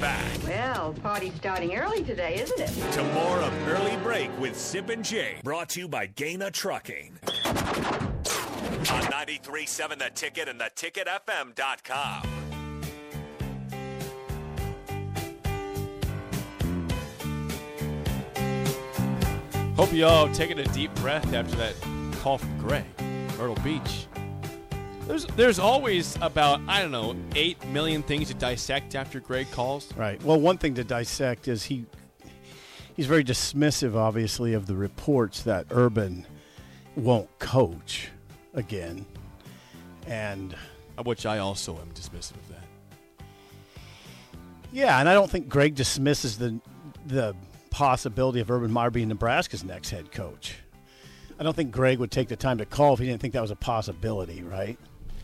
back Well, party's starting early today, isn't it? to more of Early Break with Sip and Jay, brought to you by Gaina Trucking. On 93.7 The Ticket and theticketfm.com. Hope you all taking a deep breath after that call from Greg, Myrtle Beach. There's there's always about I don't know eight million things to dissect after Greg calls. Right. Well, one thing to dissect is he he's very dismissive, obviously, of the reports that Urban won't coach again, and Of Which I also am dismissive of that. yeah, and I don't think Greg dismisses the the possibility of Urban Meyer being Nebraska's next head coach. I don't think Greg would take the time to call if he didn't think that was a possibility, right?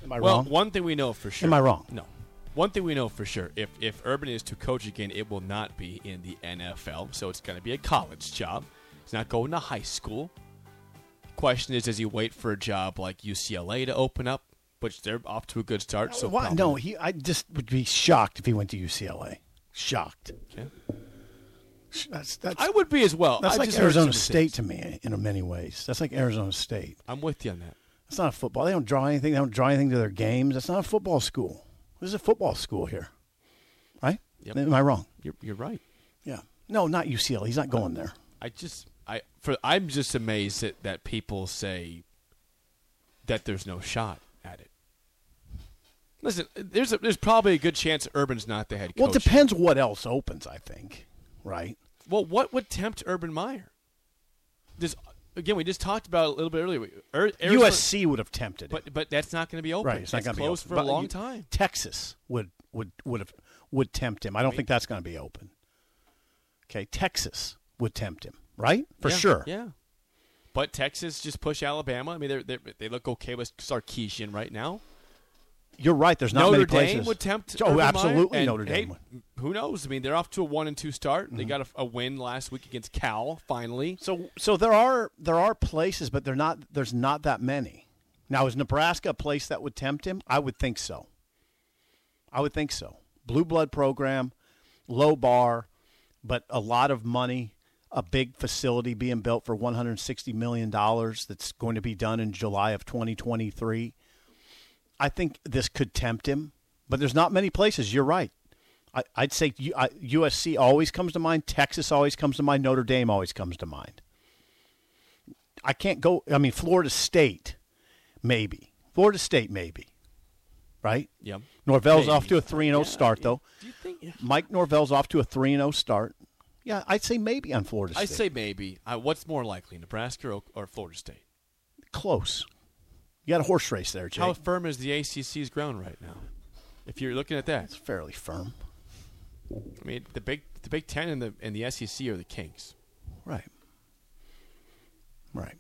Am I Well, wrong? one thing we know for sure. Am I wrong? No. One thing we know for sure, if if Urban is to coach again, it will not be in the NFL. So it's going to be a college job. He's not going to high school. Question is, does he wait for a job like UCLA to open up, which they're off to a good start? So Why- probably- no, he. I just would be shocked if he went to UCLA. Shocked. Okay. Sh- That's that's. I would be as well. That's I like just heard Arizona some State things. to me in many ways. That's like Arizona State. I'm with you on that. It's not a football. They don't draw anything. They don't draw anything to their games. That's not a football school. This is a football school here, right? Yep. Am I wrong? You're, you're right. Yeah. No, not UCLA. E. He's not going there. I just I for I'm just amazed that, that people say that there's no shot at it. Listen, there's a, there's probably a good chance Urban's not the head coach. Well, it depends what else opens. I think, right? Well, what would tempt Urban Meyer? This again, we just talked about it a little bit earlier. Ur- Arizona- USC would have tempted it. but but that's not going to be open. right, it's not going That's to be closed open. for a But long you- time. Texas would would would have would tempt him. I don't think that's going to be open. Okay, Texas would tempt him, right? For Yeah, sure. Yeah. But Texas just push Alabama. I mean, they're, they're, they look okay with Sarkeesian right now. You're right. There's not Notre many Dame places. would tempt. Oh, Urban Meyer, absolutely. and, Notre Dame. would. Mm-hmm. Hey, who knows? I mean, they're off to a one and two start. They got a, a win last week against Cal. Finally, So, so there are there are places, but they're not. There's not that many. Now, is Nebraska a place that would tempt him? I would think so. I would think so. Blue blood program, low bar, but a lot of money, a big facility being built for 160 million dollars that's going to be done in July of 2023. I think this could tempt him, but there's not many places. You're right. I, I'd say U, I, USC always comes to mind. Texas always comes to mind. Notre Dame always comes to mind. I can't go. I mean, Florida State, maybe. Florida State, maybe. Right? yeah. Norvell's Maybe. off to a 3 0 Yeah, start, yeah. though. Do you think? Mike Norvell's off to a 3 0 start. Yeah, I'd say maybe on Florida State. I say maybe. I, what's more likely, Nebraska or, or Florida State? close. You got a horse race there, Jake. How firm is the ACC's ground right now? If you're looking at that, it's fairly firm. I mean, the big the Big Ten and the and the SEC are the kings. Right. Right.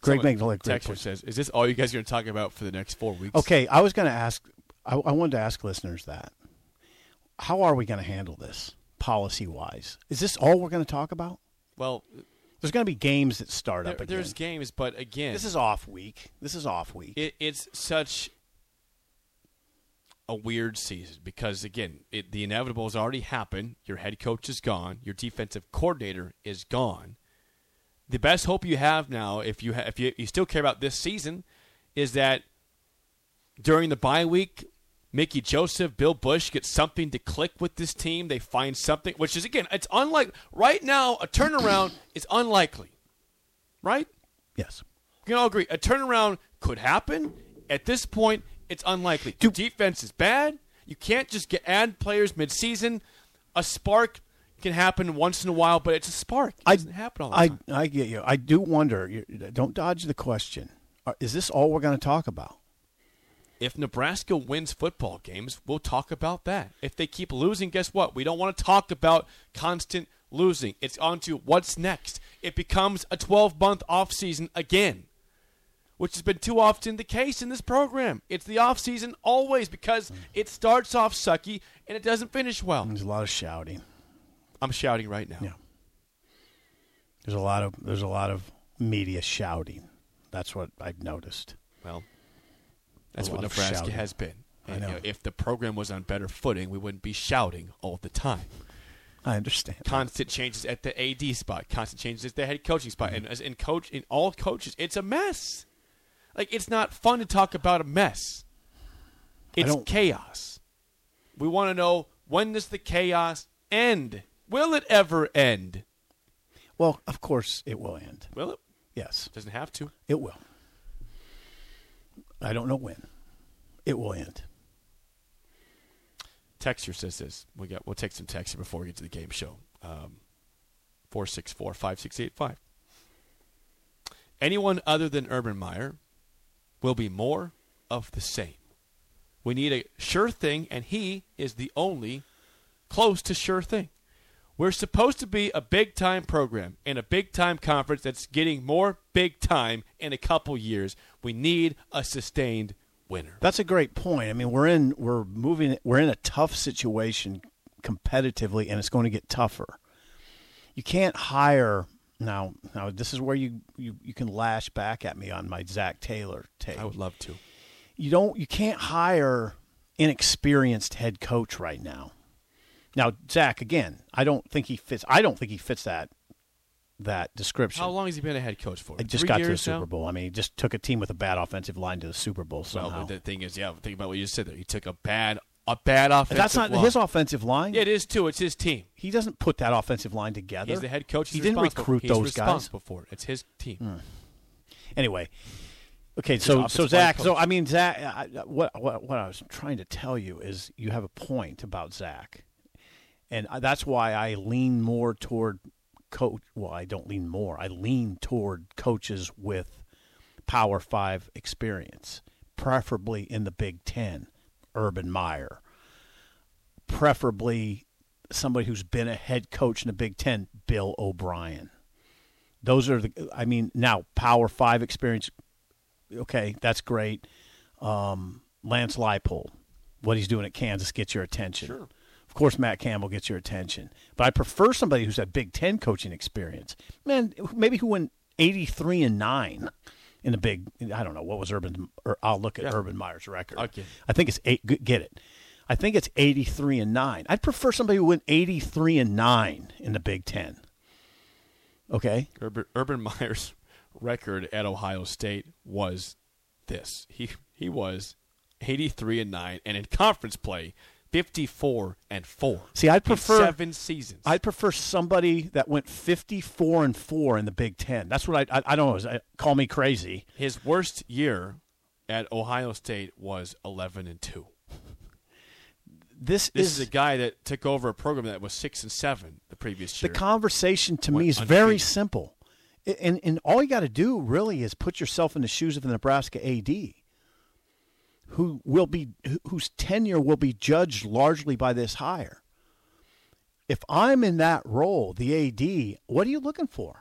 Greg Someone- Magnolia, great Texter point. says, "Is this all you guys are going to talk about for the next four weeks?" Okay, I was going to ask. I, I wanted to ask listeners that. How are we going to handle this policy wise? Is this all we're going to talk about? Well, There's going to be games that start there, up again. there's games, but again, this is off week. This is off week. it, it's such a weird season because again it, the inevitable has already happened your head coach is gone your defensive coordinator is gone the best hope you have now if you ha- if you, you still care about this season is that during the bye week Mickey Joseph, Bill Bush get something to click with this team. They find something, which is again, it's unlike right now. A turnaround is unlikely, right? yes. We can all agree a turnaround could happen. At this point, it's unlikely. The Defense is bad. You can't just get add players midseason. A spark can happen once in a while, but it's a spark. It doesn't happen all the I, time. I get you. I do wonder. You, don't dodge the question. Are- Is this all we're going to talk about? If Nebraska wins football games, we'll talk about that. If they keep losing, guess what? We don't want to talk about constant losing. It's on to what's next. It becomes a 12 month offseason again, which has been too often the case in this program. It's the offseason always because it starts off sucky and it doesn't finish well. There's a lot of shouting. I'm shouting right now. Yeah. There's a lot of there's a lot of media shouting. That's what I've noticed. Well, that's A what lot of Nebraska shouting. has been. And, know. you if the program was on better footing, we wouldn't be shouting all the time. I understand. Constant changes at the AD spot, constant changes at the head coaching spot, and as in coach in all coaches, it's a mess. Like it's not fun to talk about a mess. It's don't- chaos. We want to know when does the chaos end? Will it ever end? Well, of course it will end. Will it? Yes, Doesn't have to. it will. I don't know when. It will end. Texture says this. We got. We'll take some text here before we get to the game show. Um, four six four five six eight five. Anyone other than Urban Meyer will be more of the same. We need a sure thing, and he is the only close to sure thing. We're supposed to be a big time program and a big time conference that's getting more big time in a couple years. We need a sustained winner. That's a great point. I mean, we're in we're moving we're in a tough situation competitively and it's going to get tougher. You can't hire now now this is where you you, you can lash back at me on my Zach Taylor take. I would love to. you don't you can't hire inexperienced head coach right now. Now, Zach, again, I don't think he fits I don't think he fits that that description. How long has he been a head coach for? I just Three got to the years Super now? Bowl. I mean, he just took a team with a bad offensive line to the Super Bowl Well, somehow. but the thing is, yeah, think about what you just said there. He took a bad, a bad offense. That's not his offensive line. Yeah, it is too. It's his team. He doesn't put that offensive line together. He's the head coach. He He's didn't responsible. recruit He's those guys. Hmm. responsible for it. It's his team. Anyway, okay. So offensive so line Zach. coach. So I mean Zach. I, I- what what what I was trying to tell you is you have a point about Zach, and I- that's why I lean more toward coach. Well, I don't lean more. I lean toward coaches with Power Five experience, preferably in the Big Ten. Urban Meyer, preferably somebody who's been a head coach in the Big Ten, Bill O'Brien. Those are the, I mean, now Power Five experience. Okay, that's great. Um, Lance Leipold, what he's doing at Kansas gets your attention. Sure. Of course, Matt Campbell gets your attention, but I prefer somebody who's had Big Ten coaching experience. Man, maybe who went eighty-three and nine in the Big. I don't know what was Urban. Or I'll look at Urban Meyer's record. Okay. I think it's eight. g- Get it? I think it's eighty-three and nine. I'd prefer somebody who went eighty-three and nine in the Big Ten. Okay. Urban, Urban Meyer's record at Ohio State was this. He he was eighty three and nine, and in conference play, fifty four and four. See, I'd In prefer- seven seasons. I'd prefer somebody that went fifty-four and four in the Big Ten. That's what I. I, I don't know. I- Call me crazy. His worst year at Ohio State was eleven and two. This, This is, is a guy that took over a program that was six and seven the previous the year. conversation to Went me is very undefeated. simple, A- and and all you got to do really is put yourself in the shoes of the Nebraska AD, who will be who- whose tenure will be judged largely by this hire. If I'm in that role, the AD, what are you looking for?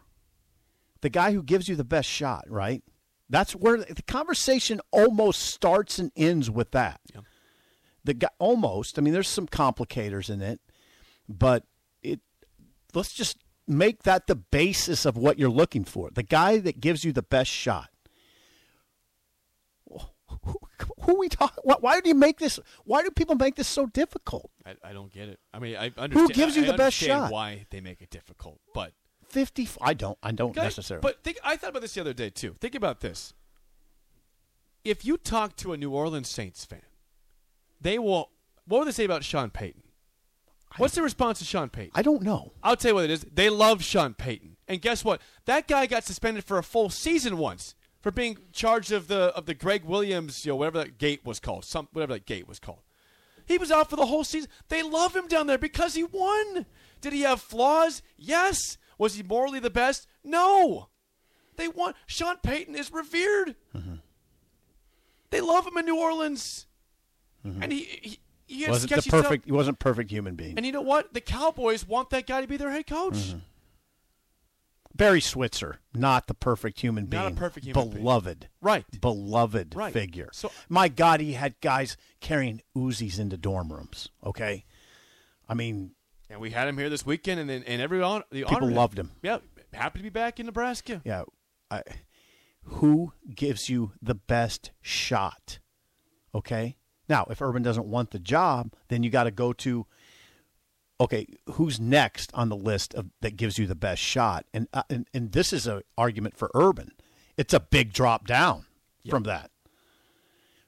the guy who gives you the best shot, right? That's where the conversation almost starts and ends with that. The guy almost. I mean, there's some complicators in it, but it. Let's just make that the basis of what you're looking for. The guy that gives you the best shot. Who, who we talk? Why, why do you make this? Why do people make this so difficult? I, I don't get it. I mean, I understand. gives I- you I the best understand shot? Why they make it difficult, but Fifty. I don't. I don't necessarily. But think, I thought about this the other day too. Think about this. If you talk to a New Orleans Saints fan, they will. What would they say about Sean Payton? What's the response to Sean Payton? I don't know. I'll tell you what it is. They love Sean Payton, and guess what? That guy got suspended for a full season once for being charged of the of the Greg Williams, you know, whatever that gate was called, some whatever that gate was called. He was out for the whole season. They love him down there because he won. Did he have flaws? Yes. Was he morally the best? No. They want Sean Payton is revered. Mm-hmm. They love him in New Orleans, and he he, he had Mm-hmm. Wasn't the sketchy stuff. perfect? He wasn't a perfect human being. And you know what? The Cowboys want that guy to be their head coach. Mm-hmm. Barry Switzer, not the perfect human being. Not a perfect human being. beloved, Right. beloved Right. figure. So- my God, he had guys carrying Uzis into dorm rooms. Okay, I mean, And we had him here this weekend, and then and every hon- the People honor- loved him. Yeah, happy to be back in Nebraska. yeah, I, who gives you the best shot? Okay, Now, if Urban doesn't want the job, then you got to go to okay, who's next on the list of that gives you the best shot? And uh, and, and this is an argument for Urban. It's a big drop down from that.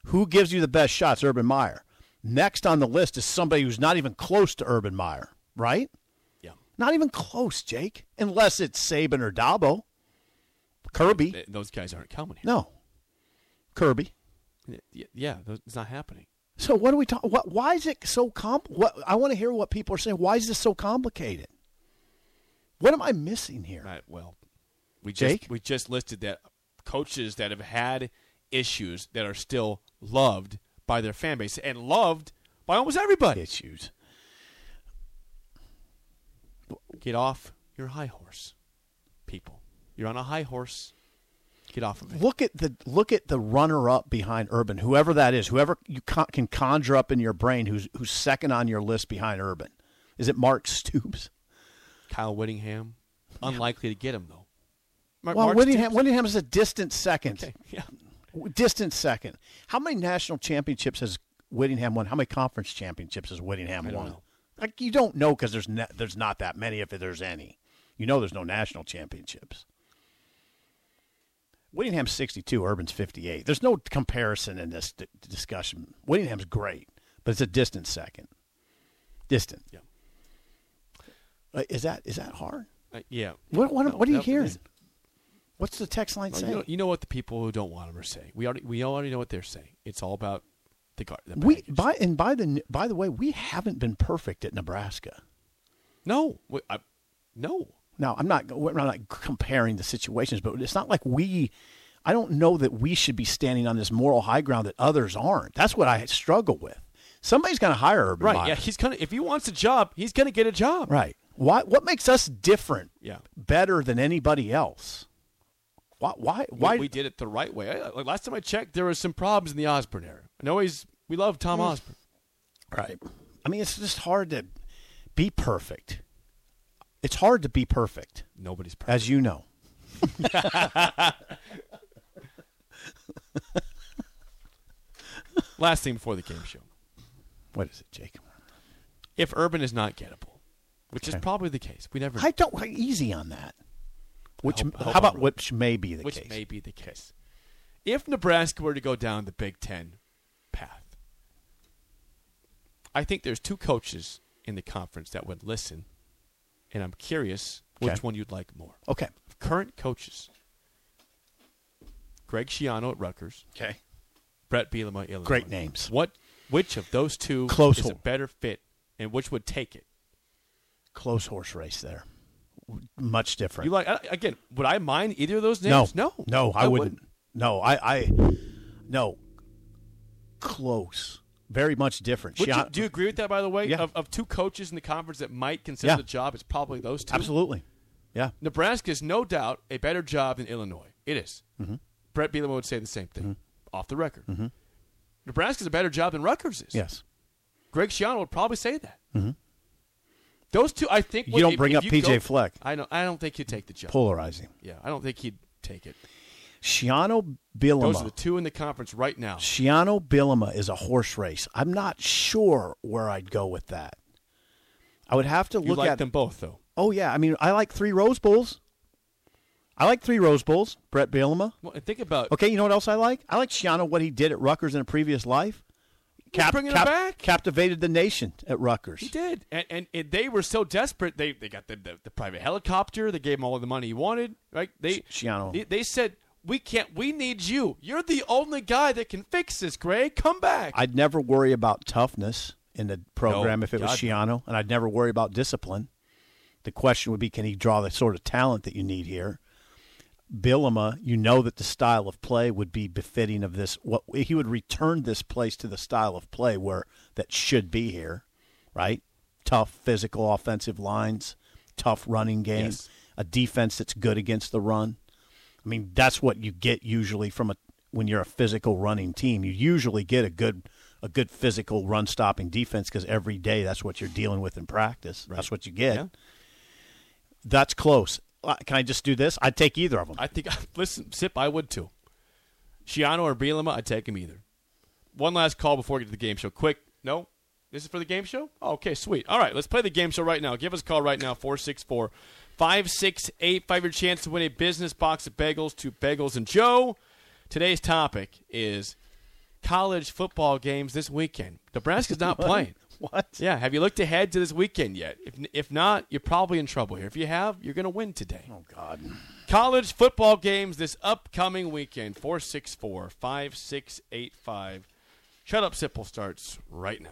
Who gives you the best shots? Urban Meyer. Next on the list is somebody who's not even close to Urban Meyer, right? Yeah. Not even close, Jake. Unless it's Saban or Dabo, Kirby. Th- Those guys aren't coming here. No, Kirby. Y- Yeah, those- it's not happening. So what are we talking? What? Why is it so comp? What? I want to hear what people are saying. Why is this so complicated? What am I missing here? Right. Well, we just Jake? we just listed that coaches that have had issues that are still loved by their fan base and loved by almost everybody. Issues. Get off your high horse, people. You're on a high horse. Get off of it. Look at the look at the runner up behind Urban, whoever that is, whoever you con- can conjure up in your brain, who's who's second on your list behind Urban. Is it Mark Stoops? Kyle Whittingham, unlikely to get him though. Mar- Well, Mark Whittingham, Stoops- Whittingham is a distant second. Yeah. Distant second. How many national championships has Whittingham won? How many conference championships has Whittingham I don't won? know. Like you don't know because there's ne- there's not that many if there's any. You know there's no national championships. Whittingham's 62, Urban's 58. There's no comparison in this d- discussion. Whittingham's great, but it's a distant second. Distant. Yeah. Uh, Is that is that hard? Uh, yeah. What what, No, what are you no, it hearing? isn't. What's the text line Well, saying? you, know, you know what the people who don't want him are saying. We already we already know what they're saying. It's all about the guard. The We package. by and by the by the way, we haven't been perfect at Nebraska. no, we, I, no. Now I'm not we're not comparing the situations, but it's not like we. I don't know that we should be standing on this moral high ground that others aren't. That's what I struggle with. Somebody's going to hire Urban Right. Meyer. Yeah. He's gonna if he wants a job, he's gonna get a job. right. Why? What makes us different? Yeah. Better than anybody else? Why? Why? We- Why? We, did it the right way. I- Like last time I checked, there were some problems in the Osborne era. I know he's we love Mm. Tom Osborne. Right. I mean, it's just hard to be perfect. It's hard to be perfect. Nobody's perfect. as you know. last thing before the game show. What is it, Jake? If Urban is not gettable, which Okay. is probably the case, we never. I don't like easy on that. Which hope- I how hope about I'm wrong. which may be the which case? may be the case. If Nebraska were to go down the Big Ten path, I think there's two coaches in the conference that would listen, and I'm curious which Okay. one you'd like more. Okay. Of current coaches, Greg Schiano at Rutgers, Okay. Brett Bielema at Illinois. Great names. What? Which of those two Close is a hole. better fit, and which would take it? Close horse race there. Much different. You like I- again? Would I mind either of those no, names? No, no, I, wouldn't. No, I, I, no. Close. Very much different. Would you, Shiano- do you agree with that, by the way? Yeah. Of, of two coaches in the conference that might consider Yeah. the job, it's probably those two. absolutely. Yeah. Nebraska is no doubt a better job than Illinois. It is. Mm-hmm. Brett Bielema would say the same thing off the record. Nebraska's a better job than Rutgers is. Yes. Greg Schiano would probably say that. Those two, I think. Mm-hmm. You would- don't if- bring if up you P.J. go- Fleck. I don't, I don't think he'd take the job. Polarizing. Yeah, I don't think he'd take it. Shiano Those Bielema. are the two in the conference right now. Shiano Bielema is a horse race. I'm not sure where I'd go with that. I would have to You look like at them both, though. Oh yeah, I mean, I like three Rose Bowls. I like three Rose Bowls. Brett Bielema. Well, and think about Okay, you know what else I like? I like Shiano what he did at Rutgers in a previous life. bringing it back. Captivated the nation at Rutgers. He did, and, and and they were so desperate. They they got the, the, the private helicopter. They gave him all the money he wanted. Right? They Sh- Shiano. They, they said we can't. We need you. You're the only guy that can fix this, Greg. Come back. I'd never worry about toughness in the program No, if it was God, no. Shiano, and I'd never worry about discipline. The question would be, can he draw the sort of talent that you need here? Bielema, you know that the style of play would be befitting of this. What he would return this place to the style of play where that should be here, right? Tough physical offensive lines, tough running game, Yes. a defense that's good against the run. I mean, that's what you get usually from a when you're a physical running team. You usually get a good a good physical run stopping defense because every day that's what you're dealing with in practice. That's what you get. Yeah. That's close. Uh, Can I just do this? I'd take either of them. I think. Listen, Sip. I would too. Shiano or Bielema. I'd take him either. one last call before we get to the game show. Quick, no? This is for the game show? Oh, okay, sweet. All right, let's play the game show right now. Give us a call right now, 464 5685. Your chance to win a business box of bagels to Bagels and Joe. Today's topic is college football games this weekend. Nebraska's not playing. What? Yeah, have you looked ahead to this weekend yet? If, if not, you're probably in trouble here. If you have, you're going to win today. Oh God. College football games this upcoming weekend 464 5685. Shut up, Simple starts right now.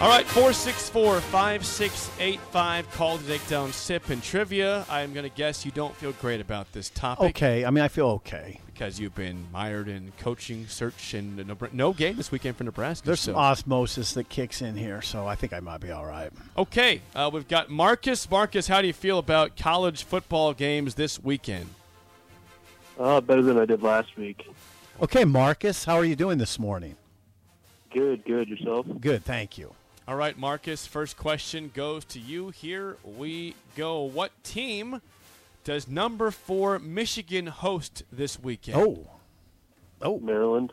All right, 464 5685. Call to take down sip and trivia. I'm going to guess you don't feel great about this topic Okay. I mean, I feel okay. because you've been mired in coaching search and Nebra- no game this weekend for Nebraska. There's so- some osmosis that kicks in here, so I think I might be all right. Okay, uh, we've got Marcus. Marcus, how do you feel about college football games this weekend? Uh, better than I did last week. Okay, Marcus, how are you doing this morning? Good, good. Yourself? Good, thank you. All right, Marcus, first question goes to you. Here we go. What team does number four Michigan host this weekend? Oh, oh, Maryland.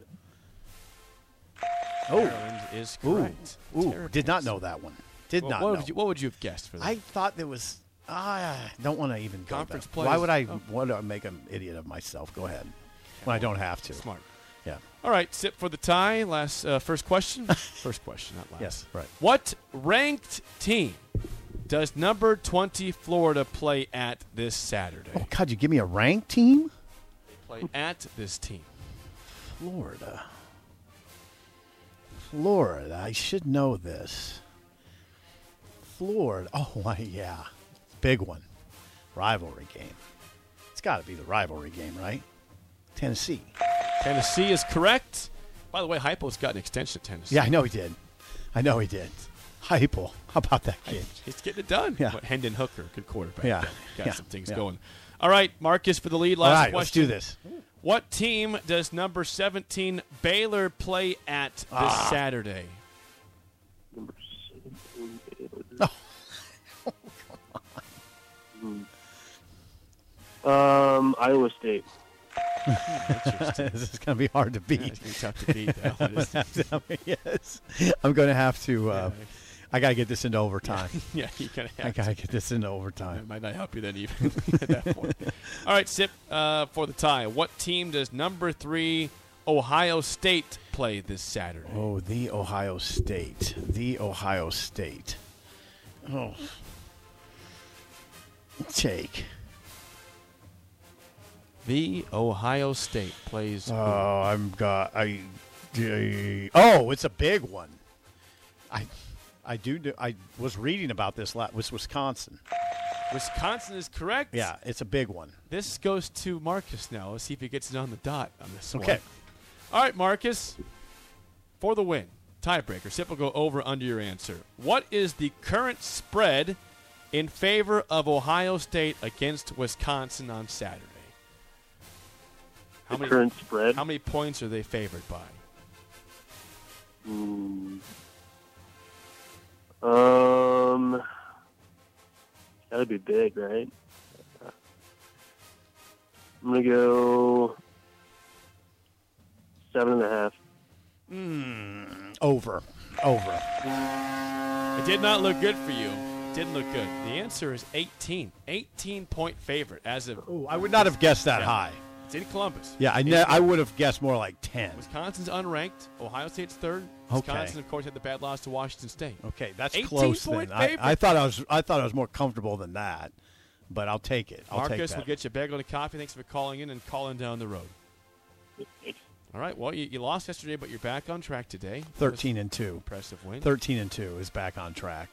oh. Maryland is Ooh, correct. ooh. Terrible. Did not know that one. Did Well, not what, know. Would you, what would you have guessed for that? I thought there was. Ah, I don't want to even go Conference there. plays. Why would I Oh. want to make an idiot of myself? Go ahead. When I don't have to. Smart. Yeah. All right, sip for the tie. Last uh, first question. first question, not last. Yes, right. What ranked team does number 20 Florida play at this Saturday? Oh God, you give me a ranked team? Play at this team. Florida. Florida. I should know this. Florida. Oh, why, yeah. Big one. Rivalry game. It's got to be the rivalry game, right? Tennessee. Tennessee is correct. By the way, Hypo's got an extension at Tennessee. Yeah, I know he did. I know he did. Hypel. How about that kid? He's getting it done. Yeah. But Hendon Hooker, good quarterback. Yeah. Got Yeah. some things Yeah. going. All right, Marcus for the lead. All Last right, let's question. do this. What team does number 17 Baylor play at this Ah. Saturday? Number seven. Um, Iowa State. this is going to be hard to beat. It's gonna be tough to beat that one, isn't it? yes. I'm going to have to. Uh, I got to get this into overtime. yeah, you kind of I have got to get this into overtime. That might not help you then even at that point. All right, Sip, uh, for the tie. What team does number three Ohio State play this Saturday? Oh, the Ohio State. The Ohio State. Oh. Take. The Ohio State plays. Oh, I'm got I, I- Oh, it's a big one. I I do, do I was reading about this lot was Wisconsin. Wisconsin is correct. Yeah, it's a big one. This goes to Marcus now. Let's see if he gets it on the dot on this one. Okay. All right, Marcus, for the win, tiebreaker. Sip will go over under your answer. What is the current spread in favor of Ohio State against Wisconsin on Saturday? How The many, current spread. how many points are they favored by? Hmm. Um, that'd be big, right? I'm gonna go seven and a half. Over. Over. It did not look good for you. Didn't look good. The answer is 18. 18 point favorite as of. Oh, I would not have guessed that Yeah. high. It's in Columbus. Yeah, I In ne- I would have guessed more like 10. Wisconsin's unranked. Ohio State's third. Okay. Wisconsin, of course, had the bad loss to Washington State. Okay, that's 18 close point then. I, favorite. I thought I was I thought I was more comfortable than that, but I'll take it. I'll take Marcus, that. we'll get you a bagel and a coffee. Thanks for calling in and calling down the road. All right. Well, you, you lost yesterday, but you're back on track today. That was 13 and 2. an Impressive win. 13 and 2 is back on track.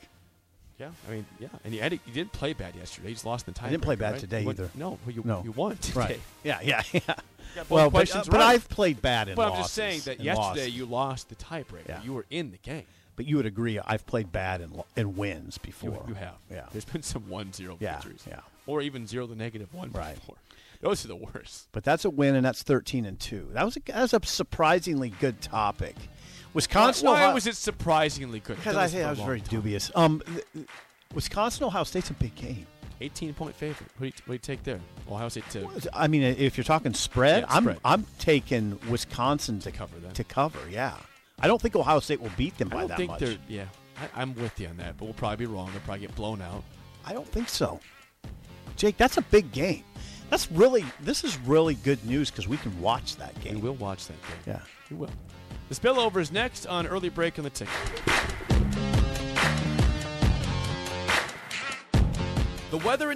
Yeah. I mean, yeah. And you, had, it- you didn't play bad yesterday. You just lost in the time. I didn't play bad today you won- either. No. Well, you, No. you won today. Right. Yeah, yeah, yeah. got both Well, but, uh, questions but right. I've played bad in But I'm losses just saying that and yesterday losses. you lost the tiebreaker. Yeah. You were in the game. but you would agree I've played bad in, lo- in wins You, before. you have. Yeah. There's been some 1 0 Yeah, victories. yeah. Or even 0 to negative 1 Right. before. Those are the worst. But that's a win, and that's 13 and 2. That was a, that was a surprisingly good topic. Wisconsin, Why Ohio- was it surprisingly good? Because That I was think for I a was long very time. dubious. Um, th- th- Wisconsin, Ohio State's a big game. 18 point favorite. What do you, what do you take there? Ohio State to I mean, if you're talking spread, Yeah, I'm spread. I'm taking Wisconsin to, cover that. To cover, yeah. I don't think Ohio State will beat them I by don't that think much. they're. Yeah, I, I'm with you on that, but we'll probably be wrong. They'll probably get blown out. I don't think so. Jake, that's a big game. That's really this is really good news because we can watch that We game. will watch that game. Yeah. we will. The spillover is next on early break on the ticket. The weather.